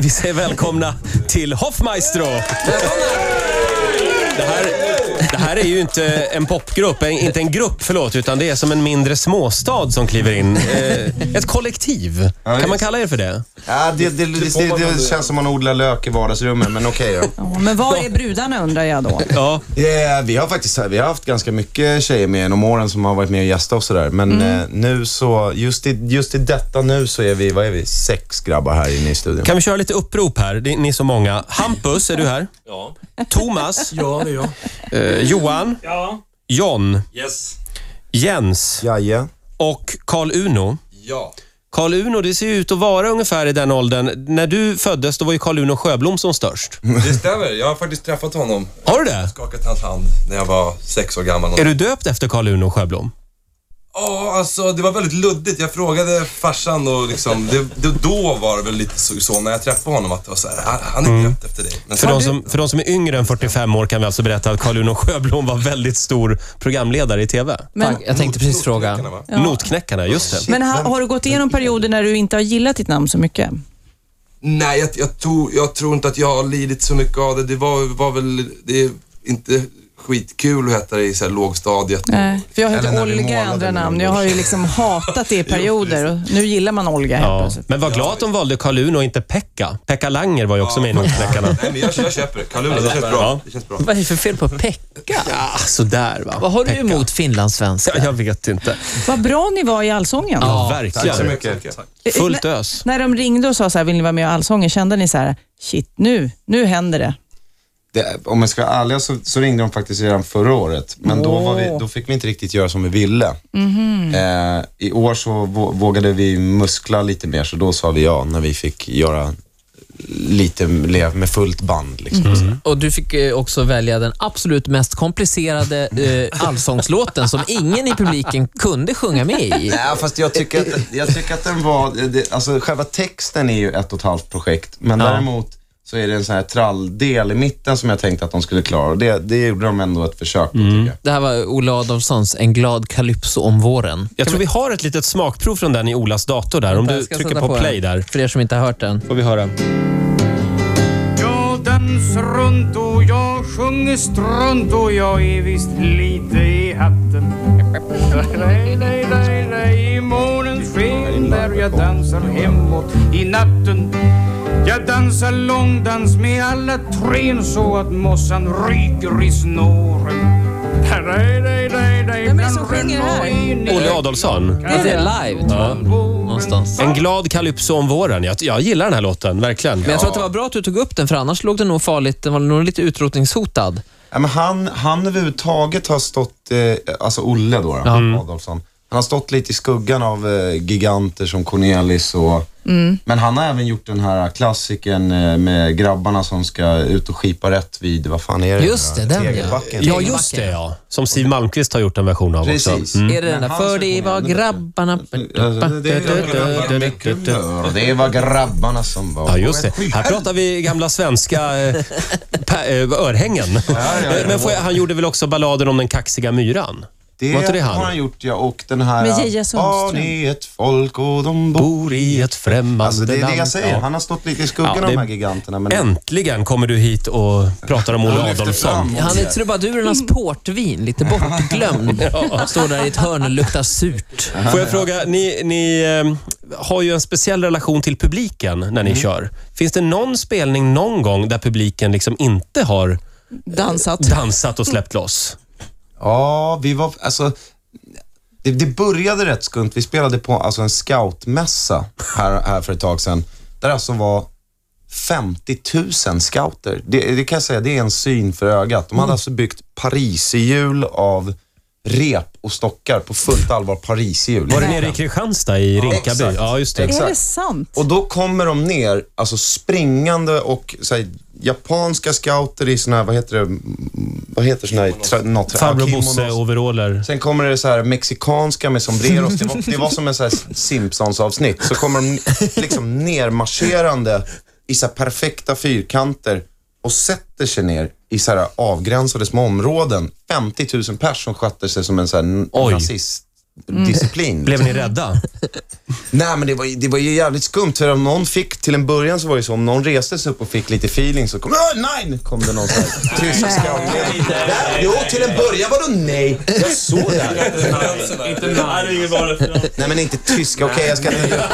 vi säger välkomna till Hoffmaestro. Det här, det här är ju inte en popgrupp, en- inte en grupp förlåt, utan det är som en mindre småstad som kliver in. Eh, Ett kollektiv. Kan man kalla er för det? Ja, det, det, det, det, det känns som man odlar lök i vardagsrummet, men okej då. Ja, men var är brudarna undrar jag då? Ja. Ja, vi har faktiskt vi har haft ganska mycket tjejer med genom åren som har varit med och gästat och sådär. Men eh, nu så, just i, just i detta nu så är vi, vad är vi, sex grabbar här inne i studion. Kan vi köra lite upprop här? Det- Ni är så många. Hampus, är du här? Ja. Thomas? Ja, det är jag. Eh, Johan? Ja. John? Yes. Jens? Jaja. och Karl Uno. Ja. Karl Uno, det ser ju ut att vara ungefär i den åldern. När du föddes, då var ju Karl Uno Sjöblom som störst. Det stämmer. Jag har faktiskt träffat honom. Har du det? Skakat hans hand när jag var sex år gammal. Är du döpt efter Karl Uno Sjöblom? Ja, alltså det var väldigt luddigt. Jag frågade farsan och liksom, det, det, då var det väl lite så, så när jag träffade honom att det var så här, han, han är döpt efter dig. Men Mm. För sen- de, som, för de som är yngre än 45 år kan vi alltså berätta att Karl Uno Sjöblom var väldigt stor programledare i TV. Men, Jag tänkte precis Notknäckarna, fråga. va? Notknäckarna, just Oh, det. men ha, har du gått igenom perioder när du inte har gillat ditt namn så mycket? Nej, jag, jag, tror, jag tror inte att jag har lidit så mycket av det. Det var, var väl, det är inte skitkul att heta det i så här lågstadiet. Nej, för jag Eller heter när vi Olga i målade andra med namn. dem. Jag har ju liksom hatat det i perioder och nu gillar man Olga helt alltså. Ja. plötsligt. Men var glad att de valde Karl Uno och inte Pekka. Pekka Langer var ju också med i Notknäckarna. Nej, men jag, jag köper det. Kalle, det känns Ja. bra. Det känns bra. Vad är det för fel på Pekka? Ah, sådär va. Vad har du Pekka. emot Ja, finlandssvenska? jag vet inte. Vad bra ni var i Allsången. Ja, Tack så verkligen. mycket. Fullt ös. När de ringde och sa så här, vill ni vara med i Allsången? Kände ni så här, shit nu, nu händer det. Det, om jag ska vara ärlig så, så ringde de faktiskt redan förra året, men då, var vi, då fick vi inte riktigt göra som vi ville. Eh, I år så vå- vågade vi muskla lite mer, så då sa vi ja när vi fick göra lite le- med fullt band. Liksom. Och du fick eh, också välja den absolut mest komplicerade eh, allsångslåten som ingen i publiken kunde sjunga med i. Ja, fast jag tycker att, jag tycker att den var, det, alltså själva texten är ju ett och ett halvt projekt, men däremot så är det en sån här tralldel i mitten som jag tänkte att de skulle klara och det, det gjorde de ändå ett försök på tycker jag. Det här var Ola Adolfssons En glad calypso om våren. Jag tror vi har ett litet smakprov från den i Olas dator där. Om Vänta, du jag ska trycker sätta på den. play där. För er som inte har hört den. Får vi höra. Jag dans runt och jag sjunger strunt och jag är visst lite i hatten. Nej, nej, nej, nej, i månens sken där jag dansar hemåt i natten. Jag dansar långdans med alla tren så att mossan ryker i snåren. Nej, nej, nej, nej, Vem är det som sjunger här? Olle Adolfsson. Alltså, det är live, tror jag. Någonstans. En glad calypso om våren. Jag, jag gillar den här låten, verkligen. Men jag tror att det var bra att du tog upp den, för annars låg den nog farligt. Den var nog lite utrotningshotad. Ja, men han, han överhuvudtaget har stått, eh, alltså Olle då, då Adolfsson, han har stått lite i skuggan av eh, giganter som Cornelis och, Mm. men han har även gjort den här klassikern eh, med grabbarna som ska ut och skipa rätt vid, vad fan är det? Just det, den ja. Tegelbacken. Ja, just det ja. Som Siw Malmkvist har gjort en version av också. Mm. Precis. Mm. Är det den där? Men han För det ska var sjunga ännu grabbarna... bättre. Det var grabbarna som var Ja, just det. Här pratar vi gamla svenska eh, pa- eh, örhängen. ja, ja. Men får jag, han gjorde väl också balladen om den kaxiga myran? Det Var inte det han? har han gjort ja, och den här... Med J.J. Sundström. Barn är ett folk och de bor... Bor i ett främmande Alltså, det är det jag säger. land. Han har stått lite i skuggan Ja, det- av de här giganterna. Men... Ja. Äntligen kommer du hit och pratar om Olle Han lyfter Adolfsson. fram. Han är trubadurernas portvin, lite bortglömd. Står där i ett hörn och luktar surt. Får jag fråga, ni, ni eh, har ju en speciell relation till publiken när Mm. ni kör. Finns det någon spelning någon gång där publiken liksom inte har Dansat. dansat och släppt loss? Ja, vi var... Alltså, det, det började rätt skumt. Vi spelade på alltså, en scoutmässa här, här för ett tag sedan. Där alltså var 50 000 scouter. Det, det kan jag säga, det är en syn för ögat. Mm. De hade alltså byggt pariserhjul av rep och stockar på fullt allvar pariserhjul. Var det nere i Kristianstad i Rinkaby? exakt. Ja, just det. Är det Exakt. sant? Och då kommer de ner, alltså springande och så här, japanska scouter i såna här, vad heter det, vad heter såna här, tra, något, Farbror ja, Bosse, kimonos. overaller. Sen kommer det så här mexikanska med sombreros. Det var, det var som en så här Simpsons-avsnitt. Så kommer de liksom nermarscherande i så här perfekta fyrkanter och sätter sig ner i så här avgränsade små områden. 50 000 pers som skötte sig som en så här Oj. nazist. disciplin. Blev ni rädda? Nej, men det var, ju- det var ju jävligt skumt. För om någon fick, till en början så var det så, om någon reste sig upp och fick lite feeling så kom "Åh, nej, kom det någon så här tysk scout. Nej, Jo, till en början var det nej. Jag såg det. här. Inte nej. Nej, men inte tyska. Okej, jag ska inte...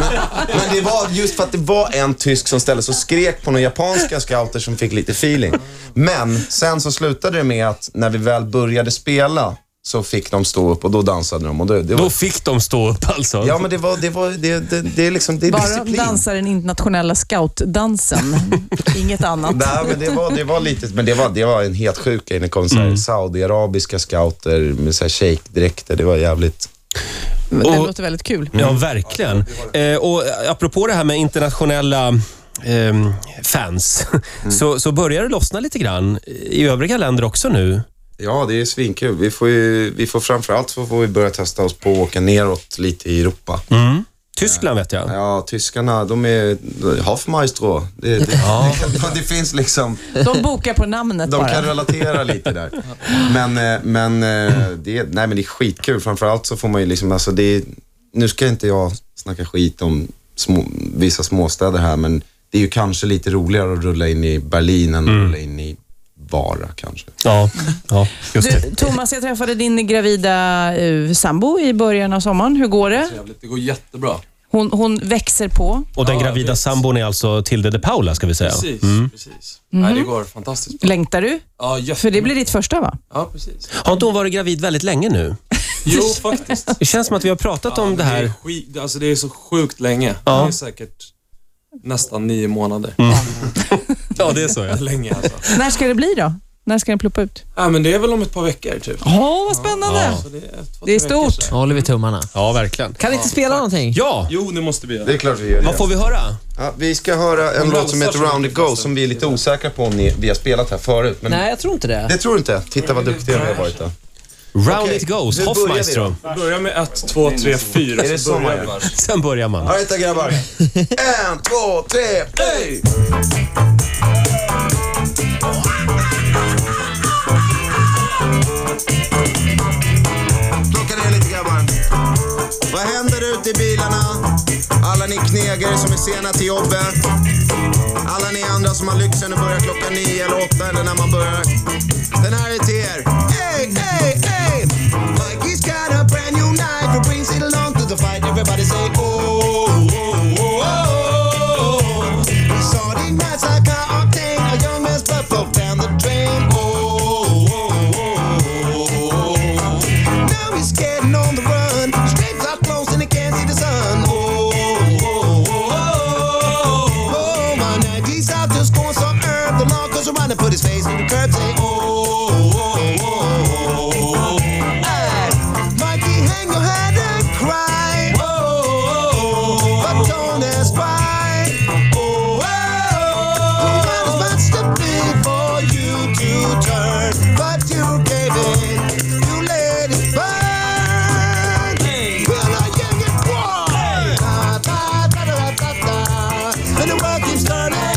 Men, men det var just för att det var en tysk som ställde sig och skrek på några japanska scouter som fick lite feeling. Men sen så slutade det med att när vi väl började spela så fick de stå upp och då dansade de. Och det, det var, Då fick de stå upp alltså. ja, men det var, det var, det, det, det är liksom, det är Bara de disciplin. dansar den internationella scoutdansen. Inget annat. Nej, men det var, det var lite, men det var, det var en helt sjuk grej. Det kom så här saudiarabiska scouter med så här shejkdräkter. Det var jävligt... Det Och- låter väldigt kul. Ja, verkligen. Eh, och apropå det här med internationella ehm, fans, så, så börjar det lossna lite grann i övriga länder också nu. Ja, det är svinkul. Vi får ju, vi får framförallt så får vi börja testa oss på att åka neråt lite i Europa. Tyskland vet jag. Ja, tyskarna, de är Hofmeister. Det, det, det, kan- det finns liksom, De bokar på namnet de kan bara. relatera lite där. Men, eh, men, eh, det, är- nej, men det är skitkul. Framförallt så får man ju liksom, alltså det är, nu ska inte jag snacka skit om små, vissa småstäder här, men det är ju kanske lite roligare att rulla in i Berlin än att rulla in i Vara kanske. Ja, ja just det. Du, Thomas, jag träffade din gravida eh, sambo i början av sommaren. Hur går det? Jävligt, Det går jättebra. Hon, hon växer på. Och den Ja, gravida visst. sambon är alltså Tilde de Paula, ska vi säga. Precis, precis. Nej, det går fantastiskt bra. Längtar du? Ja, För det jättebra. blir ditt första, va? Ja, precis. Har inte hon varit gravid väldigt länge nu? Jo, faktiskt. Det känns som att vi har pratat om det är här. skit, alltså det är så sjukt länge. Det är säkert nästan nio månader. Ja, det är så. Ja. Länge alltså. När ska det bli då? När ska den pluppa ut? Ja, men det är väl om ett par veckor typ. Åh, vad spännande! Så det, är två, Det är tre veckor stort. sådär. Då håller vi tummarna. ja, verkligen. Kan vi inte spela någonting? Ja, Jo, det måste vi göra. Det är klart vi gör det. vad får vi höra? Ja, vi ska höra en Om låt som rosar heter så Round mycket It Go förresten. som vi är lite osäkra på om ni, vi har spelat här förut. Men Nej, jag tror inte det. Det tror du inte? Titta vad duktiga vi har varit då. Round Okej, it goes, nu börjar vi Hoffmeister. Vi börjar med ett, två, tre, fyra. Är det så man börjar gör? Sen börjar man. Arbeta grabbar. En, två, tre, hej! Plocka ner lite grabbar. Vad händer ute i bilarna? Alla ni knegare som är sena till jobbet. Alla ni andra som har lyxen att börja klockan nio eller åtta eller när man börjar. Den här är till er. Hey, hey, hey! Mikey's got a brand new knife who brings it along to the fight. Everybody say oh, oh, oh, oh, oh. We saw the nights like I obtained a young man's blood flow down the drain. Oh, oh, oh, oh, oh, oh. Now he's getting on the run. Straight up close and he can't see the sun. Oh, oh, oh, oh, oh. Oh, my 90s out just going so herb. The law goes around and put his face in the curb. Say, oh, oh, oh, oh, oh. Hey, Mikey, hang your head and cry. Oh, oh, oh, but don't ask why. Oh, oh, oh, Not as much to be for you to turn, but you gave it. You let it burn. Well, I am your boy. Da, da, da, da, da, da. And the world keeps turning.